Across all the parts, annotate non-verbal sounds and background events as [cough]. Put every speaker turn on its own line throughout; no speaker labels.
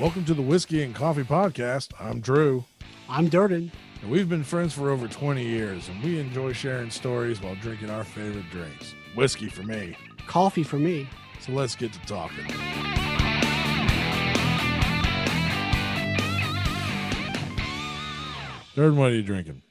Welcome to the Whiskey and Coffee Podcast. I'm Drew,
I'm Durden.
and we've been friends for over 20 years, and we enjoy sharing stories while drinking our favorite drinks. Whiskey for me.
Coffee for me.
So let's get to talking. Durden, what are you drinking?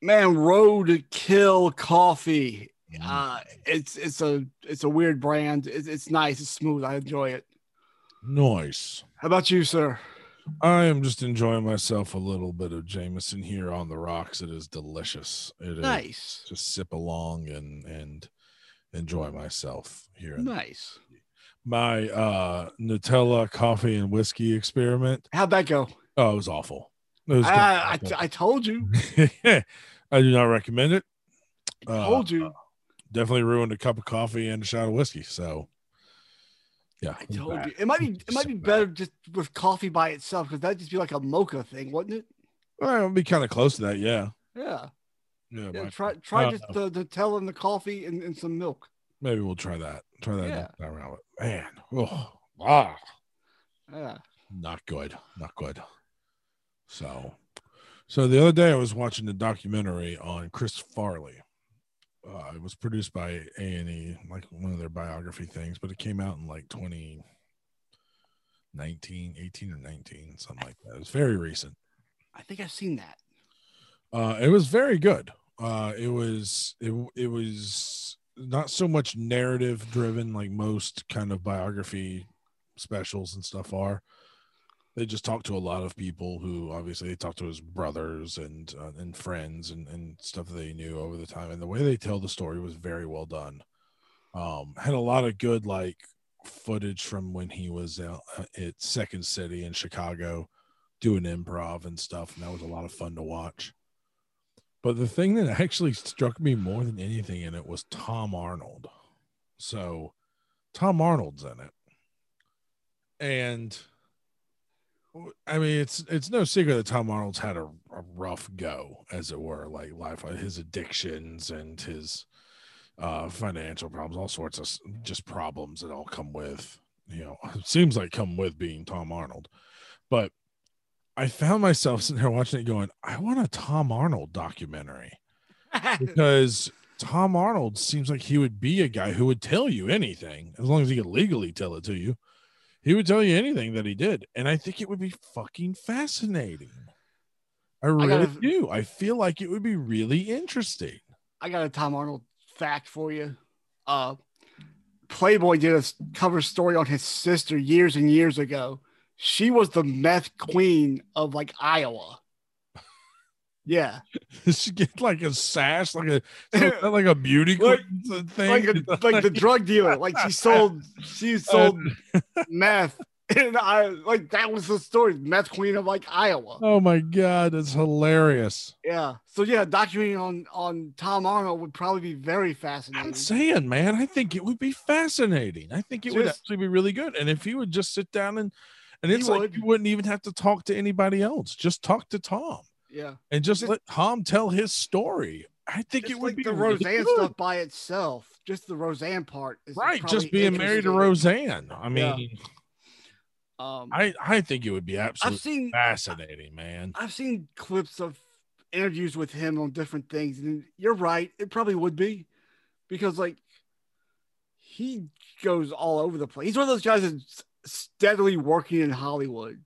Man, Road Kill Coffee. Uh, it's it's a it's a weird brand. It's, it's nice. It's smooth. I enjoy it.
Nice.
How about you, sir?
I am just enjoying myself a little bit of Jameson here on the rocks. It is delicious. It is
Nice,
just sip along and and enjoy myself here.
nice.
My uh Nutella coffee and whiskey experiment.
How'd that go?
Oh, it was awful. It was
I,
god
I, I told [laughs] you.
awful. [laughs] I do not recommend it. Uh,
told you.
Definitely ruined a cup of coffee and a shot of whiskey. So yeah.
I
it was
told
bad.
you. It might be it might
So
be
bad.
better just with coffee by itself because that'd just be like a mocha thing, wouldn't it?
Well, it'll be kind of close to that, yeah.
Yeah.
Yeah,
yeah
my-
try try
Uh,
just the, the tell and the coffee and, and some milk.
maybe we'll try that. Try that
Yeah.
next time around. Man, oh, ah,
Yeah.
not good not good so so the other day i was watching a documentary on chris farley uh, it was produced by a&e like one of their biography things but it came out in like 2019 18 or 19 something like that it was very recent
I think I've seen that.
uh, it was very good. Uh, it was it it was not so much narrative driven like most kind of biography specials and stuff are. They just talked to a lot of people who obviously they talked to his brothers and uh, and friends and and stuff that they knew over the time. And the way they tell the story was very well done. Um, had a lot of good like footage from when he was out at Second City in Chicago doing improv and stuff, and that was a lot of fun to watch. But the thing that actually struck me more than anything in it was Tom Arnold. So Tom Arnold's in it. And I mean it's it's no secret that Tom Arnold's had a, a rough go, as it were, like life uh, his addictions and his uh financial problems, all sorts of s- just problems that all come with, you know, [laughs] seems like come with being Tom Arnold. But I found myself [laughs] sitting there watching it going, I want a Tom Arnold documentary
[laughs]
because Tom Arnold seems like he would be a guy who would tell you anything as long as he could legally tell it to you. He would tell you anything that he did, and I think it would be fucking fascinating. I really
gotta-
do. I feel like it would be really interesting. [laughs]
I got a Tom Arnold fact for you. Uh, Playboy did a s- cover story on his sister years and years ago. She was the meth queen of like Iowa. [laughs] Yeah,
she get like a sash, like a so
[laughs]
it's not like a beauty
Like-
queen thing.
like a, like the drug dealer. Like she sold she sold meth, and I like that was the story. Meth queen of like Iowa.
oh my god, that's hilarious.
Yeah. So yeah, documenting on on Tom Arnold would probably be very fascinating.
I'm saying, man, I think it would be fascinating. I think it would
Just-
actually be really good. And if he would just sit down and and
He
it's like
would.
you wouldn't even have to talk to anybody else. Just talk to Tom
yeah.
and just,
Just-
let Tom tell his story. I think
Just
it would
like
be
the
really
Roseanne
good.
stuff by itself. Just the Roseanne part, is
right? Just
probably
being married to
interesting.
Roseanne. I
Yeah.
mean,
Um, I,
I I think it would be
have
absolutely
seen
fascinating, man.
I've seen clips of interviews with him on different things, and you're right. It probably would be because like he goes all over the place. He's one of those guys that's steadily working in Hollywood.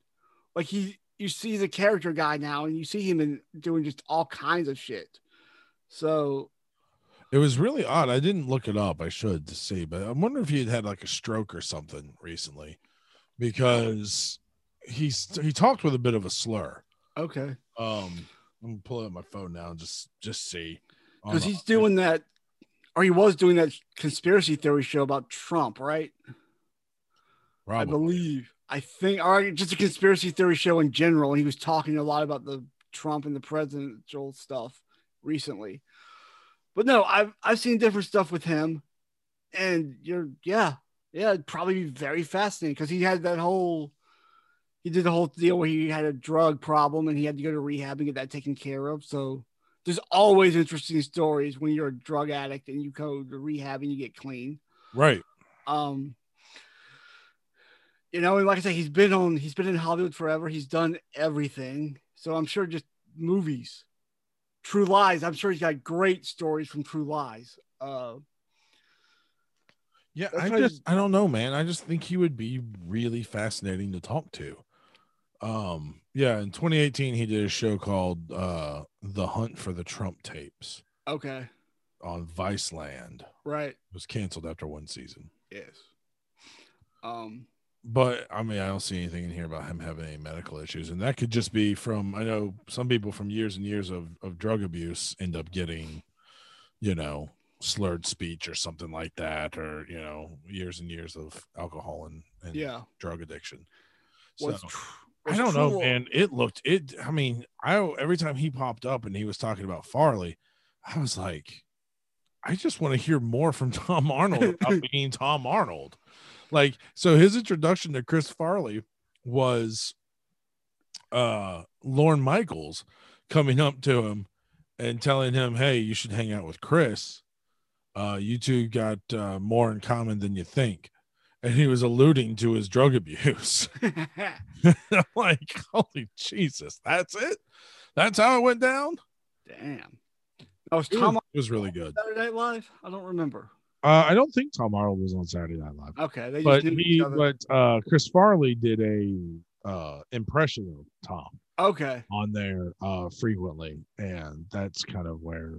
Like he, you see, he's a character guy now, and you see him in doing just all kinds of shit. So
It was really odd. I didn't look it up. I should to see, but I'm wondering if he had had like a stroke or something recently, because he's he talked with a bit of a slur.
okay,
Um, I'm gonna pull out my phone now and just just see. Um, On
because
the-
he's doing that, or he was doing that conspiracy theory show about Trump, right? I
probably.
believe. I think, or just a conspiracy theory show in general. And he was talking a lot about the Trump and the presidential stuff recently. But no, I've I've seen different stuff with him, and you're yeah yeah it'd probably be very fascinating because he had that whole he did the whole deal where he had a drug problem and he had to go to rehab and get that taken care of. So there's always interesting stories when you're a drug addict and you go to rehab and you get clean.
right.
Um, you know, and like I said, he's been on, he's been in Hollywood forever. He's done everything. So I'm sure just movies, True Lies. I'm sure he's got great stories from True Lies. Uh,
Yeah,
That's
I
why-
just I don't know, man. I just think he would be really fascinating to talk to. Um, yeah, in 2018 he did a show called uh The Hunt for the Trump Tapes
okay,
on Vice Land. It
right,
was canceled after one season.
yes. Um,
But I mean, I don't see anything in here about him having any medical issues. And that could just be from I know some people from years and years of, of drug abuse end up getting, you know, slurred speech or something like that, or you know, years and years of alcohol and, and
yeah.
drug addiction. So
What's tr-
I
what's
don't know,
true-
man. It looked it. I mean, I every time he popped up and he was talking about Farley, I was like, I just want to hear more from [laughs] Tom Arnold about being Tom Arnold. Like, so his introduction to Chris Farley was uh Lorne Michaels coming up to him and telling him, Hey, you should hang out with Chris. Uh, you two got uh, more in common than you think. And he was alluding to his drug abuse. [laughs] I'm [laughs] like, holy Jesus, that's it? That's how it went down?
[laughs] Damn. Oh, was
It
Tom
was,
on
it was really good.
Saturday Night Live? I don't remember.
Uh, I don't think Tom Arnold was on Saturday Night Live,
Okay, they
but
just knew
he,
each other.
but uh, Chris Farley did a uh, impression of Tom
okay,
on there uh, frequently, and that's kind of where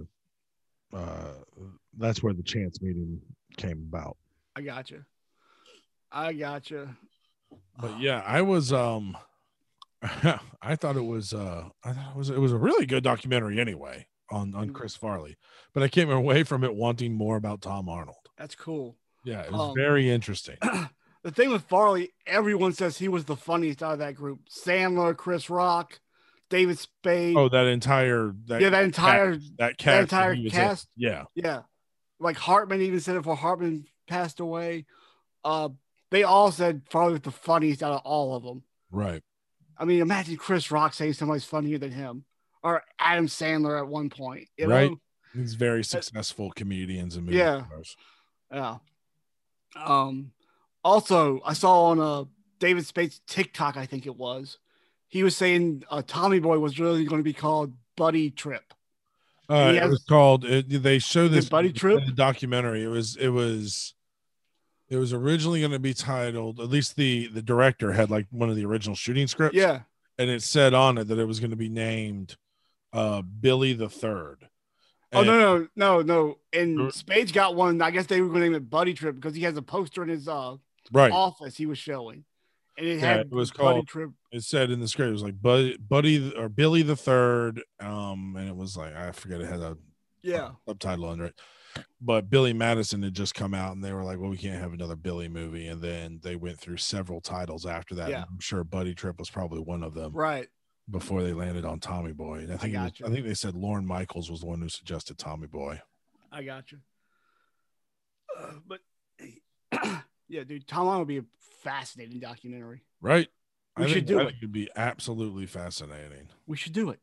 uh, that's where the chance meeting came about.
I got you. I Ah, got you.
But yeah, I was um, [laughs] I thought it was uh, I thought it was it was a really good documentary anyway on on
Mhm.
Chris Farley, but I came away from it wanting more about Tom Arnold.
That's cool.
Yeah, it was
Um,
very interesting.
the thing with Farley, everyone says he was the funniest out of that group. Sandler, Chris Rock, David Spade.
Oh, that entire that
yeah, that entire
that cast
that
that
entire
he was in.
cast.
Yeah,
Yeah. Like Hartman even said it before Hartman passed away. Uh they all said Farley was the funniest out of all of them.
right.
I mean, imagine Chris Rock saying somebody's funnier than him. Or Adam Sandler at one point. You
Right.
Know?
These very successful comedians and movie
Yeah.
stars.
Yeah. Um, also, I saw on uh, David Spade's TikTok, I think it was, he was saying uh, Tommy Boy was really going to be called Buddy Trip.
Uh,
He
it
has-
was called. It, they show
Is it
this
Buddy Trip?
in the documentary. It was. It was. It was originally going to be titled. At least the the director had like one of the original shooting scripts.
Yeah.
and it said on it that it was going to be named uh, Billy the Third.
Oh
And-
no no no no!
Uh,
And Spade's got one. I guess they were going to name it Buddy Trip because he has a poster in his uh,
right.
office he was showing, and it
Yeah,
had
it was
Buddy
called-
Trip.
it said in the script it was like buddy buddy or billy the third um and it was like i forget it had a
Yeah,
subtitle under it but billy madison had just come out and they were like well we can't have another billy movie and then they went through several titles after that
Yeah.
i'm sure buddy trip was probably one of them
right.
before they landed on tommy boy and i think it was-
gotcha.
I think they said lauren michaels was the one who suggested tommy boy
I got you. Uh, but [clears throat] yeah, dude, Tom Arnold would be a fascinating documentary.
right
We
I
should
think
do
that
it.
would be absolutely fascinating
We should do it.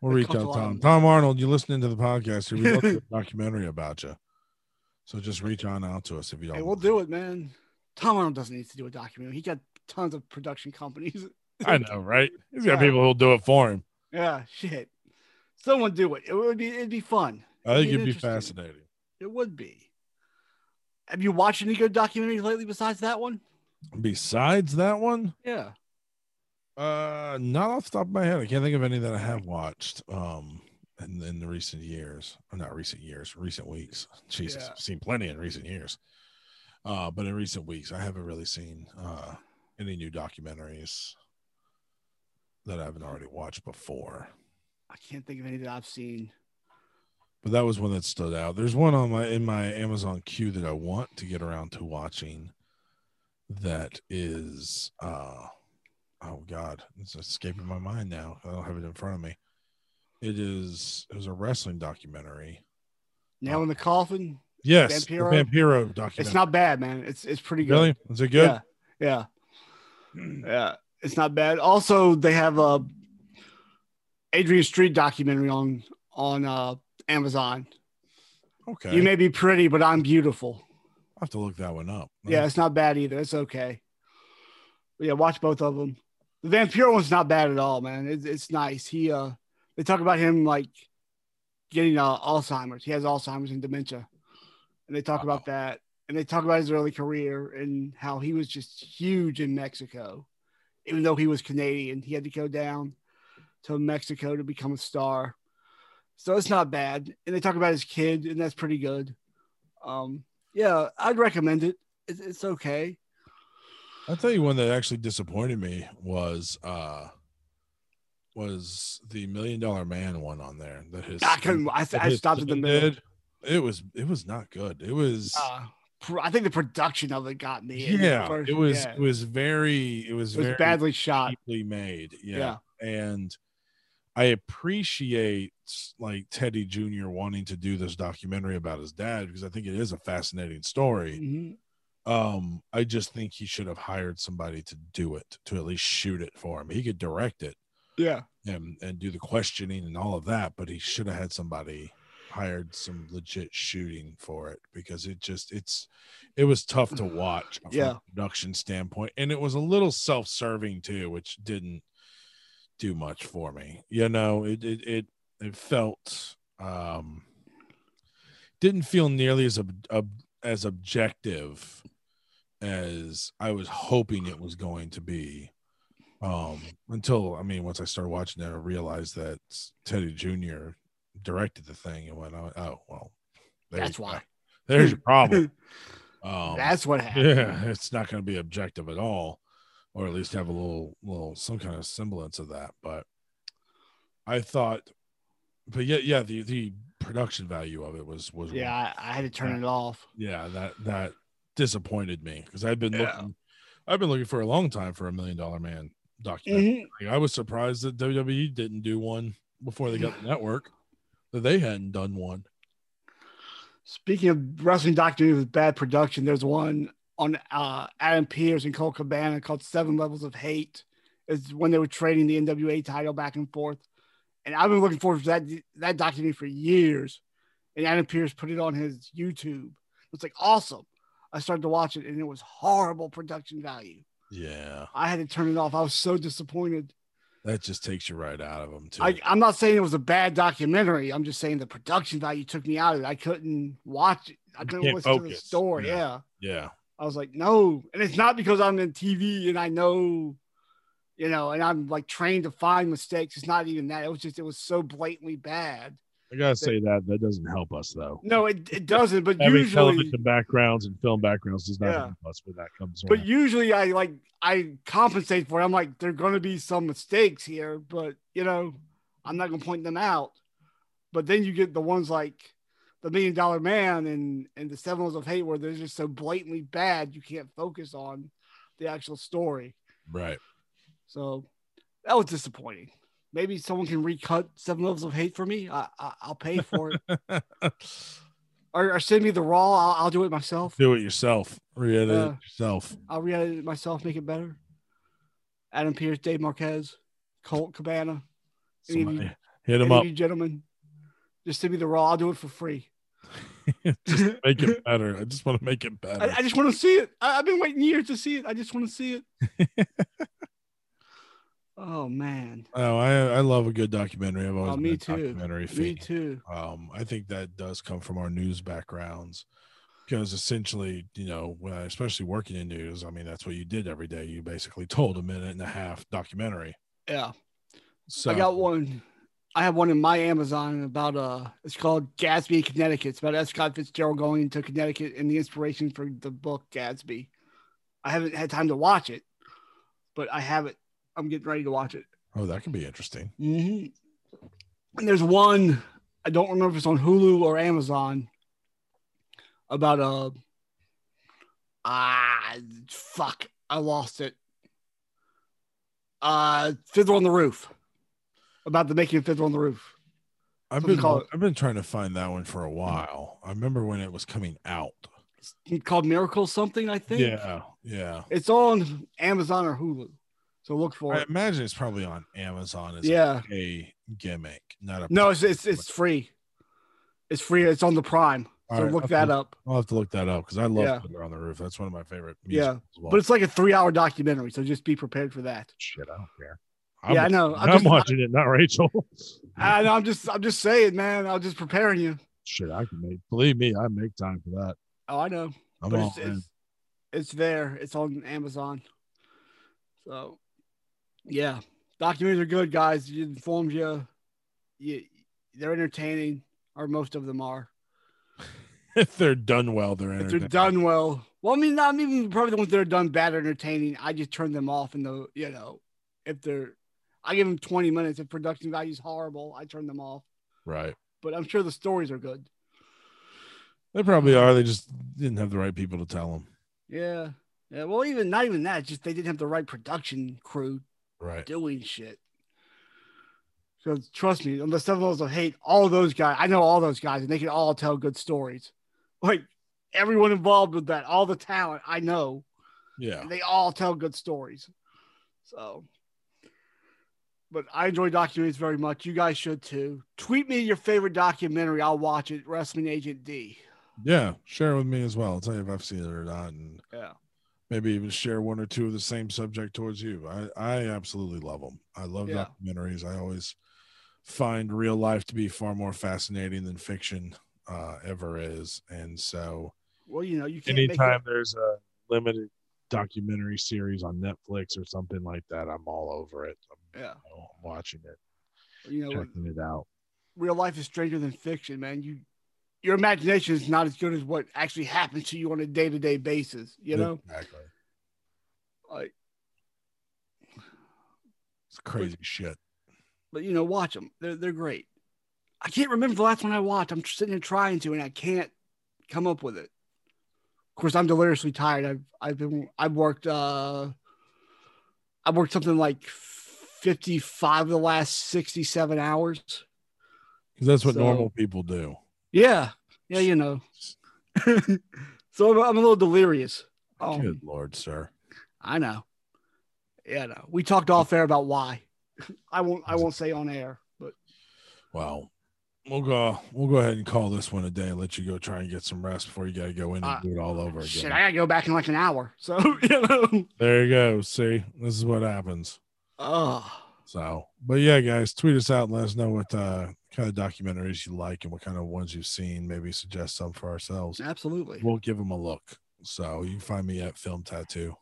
We'll
It
reach out,
costs a lot of
Tom.
money.
Tom Arnold, you listening to the podcast? here, We love the
[laughs]
documentary about you. So just reach on out to us if you don't.
Hey, we'll do it, man. Tom Arnold doesn't need to do a documentary. He got tons of production companies.
[laughs] I know, right? He's got
Yeah.
people who'll do it for him.
[laughs] yeah, shit. Someone do it. It would be. It'd be fun.
I think
It'd
it'd
be
be
interesting.
fascinating.
It would be. Have you watched any good documentaries lately besides that one?
Besides that one,
Yeah.
uh, not off the top of my head, I can't think of any that I have watched. Um, in, in the recent years, or not recent years, recent weeks. Jesus,
Yeah.
I've seen plenty in recent years. Uh, but in recent weeks, I haven't really seen uh any new documentaries that I haven't already watched before.
I can't think of any that I've seen.
but that was one that stood out. There's one on my in my Amazon queue that I want to get around to watching. That is, uh, oh god, it's escaping my mind now. I don't have it in front of me. It is. It was a wrestling documentary.
Now
Oh,
in the coffin.
Yes,
Vampiro?
Vampiro, Vampiro documentary.
It's not bad, man. It's it's pretty good.
really. Is it good? Hmm.
Yeah. Yeah. Yeah. It's not bad. Also, they have a Adrian Street documentary on on uh Amazon.
Okay,
You may be pretty, but I'm beautiful.
I'll have to look that one up.
Yeah, it's not bad either. It's okay. But yeah, watch both of them. The Vampiro one's not bad at all, man. It's, it's nice. He uh, they talk about him like getting uh, Alzheimer's. He has Alzheimer's and dementia, and they talk
Wow.
about that. And they talk about his early career and how he was just huge in Mexico, even though he was Canadian. He had to go down to Mexico to become a star. So it's not bad. And they talk about his kid, and that's pretty good. Um, yeah, I'd recommend it. It's, it's okay.
I'll tell you one that actually disappointed me was uh was the million dollar man one on there that his
I couldn't. I,
that
I
his
stopped in the
son
middle.
did. It was it was not good. It was
Uh, pr- I think the production of it got me. in the
Ah, yeah,
first-
it was
yeah.
it was very it was,
It was
very
badly shot.
cheaply made.
Yeah.
Yeah. And I appreciate like Teddy Jr. wanting to do this documentary about his dad because I think it is a fascinating story.
Mhm.
Um, I just think he should have hired somebody to do it, to at least shoot it for him. He could direct it
Yeah.
and and do the questioning and all of that, but he should have had somebody hired some legit shooting for it because it just it's it was tough to watch from
Yeah.
a production standpoint and it was a little self-serving too which didn't do much for me you know it it it, it felt um didn't feel nearly as ob- ob- as objective as I was hoping it was going to be um until i mean once i started watching it i realized that teddy jr directed the thing and went oh, oh well there's
That's
your-
why.
there's your
[laughs]
problem um
That's what
[laughs]
happened.
yeah it's not going to be objective at all or at least have a little little some kind of semblance of that but i thought but yeah yeah the the production value of it was was
Yeah, I, I had to turn it off.
yeah that that disappointed me because i've been
Yeah.
looking i've been looking for a long time for a million dollar man documentary
Mhm.
like, I was surprised that WWE didn't do one before they got the network. That they hadn't done one.
Speaking of wrestling documentaries with bad production, there's one on uh, Adam Pierce and Cole Cabana called Seven Levels of Hate. It's when they were trading the NWA title back and forth. And I've been looking forward to that that documentary for years. And Adam Pierce put it on his YouTube. It's like awesome. I started to watch it and it was horrible production value.
Yeah,
I had to turn it off. I was so disappointed.
that just takes you right out of them too.
I, I'm not saying it was a bad documentary. I'm just saying the production value took me out of it. I couldn't watch it. I
You
couldn't
can't
listen to the
focus.
story.
Yeah.
Yeah.
yeah,
I was like, no. And it's not because I'm in TV and I know, you know, and I'm like trained to find mistakes. It's not even that. It was just, it was so blatantly bad.
I gotta say that that doesn't help us though.
No, it, it doesn't. But
Having
usually,
television backgrounds and film backgrounds does not
Yeah.
help us when that comes.
but
around.
usually I like, I compensate for it. I'm like, there are going to be some mistakes here, but, you know, I'm not going to point them out. But then you get the ones like, the million dollar man and and the seven Levels of hate where they're just so blatantly bad you can't focus on the actual story
right, [laughs]
So that was disappointing. Maybe someone can recut Seven Levels of Hate for me. I, I, I'll pay for it. or, or send me the raw. I'll, I'll do it myself.
do it yourself. Re-edit it
Uh,
yourself.
I'll re-edit it myself, make it better. Adam Pierce, Dave Marquez, Colt Cabana, any of you-
Somebody hit
any
them
of
up.
you gentlemen. Just send me the raw. I'll do it
[laughs]
for free. [laughs]
make it better. I just want to make it
I,
better.
I just want to see it. I, I've been waiting years to see it. I just want to see
[laughs]
it. oh man,
oh, I I love a good documentary. I've always
Oh,
been
me
a
too.
documentary
me
fiend.
too.
Um, I think that does come from our news backgrounds because essentially, you know, when I, especially working in news, I mean, that's what you did every day. You basically told a minute and a half documentary.
Yeah.
So
I got one. I have one in my Amazon about uh it's called Gatsby, Connecticut. It's about F. Scott Fitzgerald going to Connecticut and the inspiration for the book Gatsby. I haven't had time to watch it, but I have it. I'm getting ready to watch it.
Oh, that could be interesting.
Mm-hmm. And there's one I don't remember if it's on Hulu or Amazon about uh ah fuck I lost it. Uh, Fiddler on the Roof about the making of Fiddler on the Roof.
I've
Something
been
called-
I've been trying to find that one for a while. I remember when it was coming out.
It's called Miracle something I think.
Yeah, yeah.
it's on Amazon or Hulu, so look for
I
it.
imagine it's probably on Amazon as
Yeah,
a gimmick, not a
no, it's it's it's free. It's free. It's on the Prime. So
right,
look
I'll
that
have to-
up.
I'll have to look that up because I love
Yeah.
Thunder on the Roof. That's one of my favorite.
Yeah,
Musicals as well.
But it's like a three-hour documentary, so just be prepared for that.
shit. I don't care.
Yeah, I know. I'm
I'm,
just-
watching it, not Rachel.
[laughs] I know. I'm just, I'm just saying, man. I'm just preparing you.
[laughs] shit, I can make. Believe me, I make time for that.
Oh, I know.
I'm
but
all
it's,
in.
it's, it's there. It's on Amazon. So, yeah, documentaries are good, guys. It informs you. You, they're entertaining, or most of them are.
if [laughs] they're done well, they're
If they're
entertaining.
done well, well, I mean, not even probably the ones that are done bad are entertaining. I just turn them off, and the you know, if they're, I give them twenty minutes. If production value is horrible, I turn them off.
right?
But I'm sure the stories are good.
They probably are. They just didn't have the right people to tell them.
Yeah, yeah. Well, even not even that. Just they didn't have the right production crew
Right.
doing shit. Because trust me, on the seven levels of hate, all those guys, I know all those guys, and they can all tell good stories. Like everyone involved with that, all the talent, I know,
Yeah.
and they all tell good stories. So, but I enjoy documentaries very much. You guys should too. Tweet me your favorite documentary. I'll watch it. Wrestling Agent D.
Yeah. Share it with me as well. I'll tell you if I've seen it or not, and
Yeah.
maybe even share one or two of the same subject towards you. I I absolutely love them. I love
Yeah.
documentaries. I always find real life to be far more fascinating than fiction uh, ever is, and so.
Well, you know, you can't
anytime
make
there's a limited documentary series on Netflix or something like that, I'm all over it. I'm,
it. Yeah.
you know, I'm watching it,
You know,
checking it out.
real life is stranger than fiction, man. You your imagination is not as good as what actually happens to you on a day to day basis, you know?
exactly.
Like,
It's crazy shit.
but you know, watch them. They're they're great. I can't remember the last one I watched. I'm sitting here trying to and I can't come up with it. Of course, I'm deliriously tired. I've I've been I've worked uh I worked something like 55 of the last 67 hours.
Because that's what
So-
normal people do.
Yeah. Yeah, you know. [laughs] so I'm, I'm a little delirious. Um,
Good lord, sir.
I know. Yeah, no. We talked off air about why. [laughs] I won't. I won't say on air, but
Wow. We'll go. We'll go ahead and call this one a day. and Let you go try and get some rest before you got to go in and
Uh,
do it all over again.
shit, I gotta go back in like an hour. So [laughs] you know.
there you go. See, this is what happens.
Oh,
So, but yeah, guys, tweet us out. and Let us know what uh, kind of documentaries you like and what kind of ones you've seen. Maybe suggest some for ourselves.
absolutely.
We'll give them a look. So you can find me at Film Tattoo.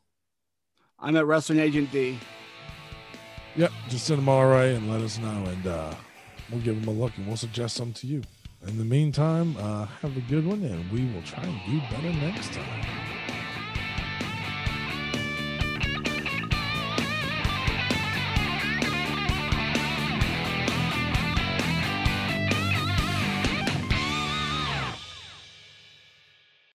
I'm at Wrestling Agent D.
Yep, just send them all right and let us know, and uh, we'll give them a look and we'll suggest some to you. In the meantime, uh, have a good one, and we will try and do better next time.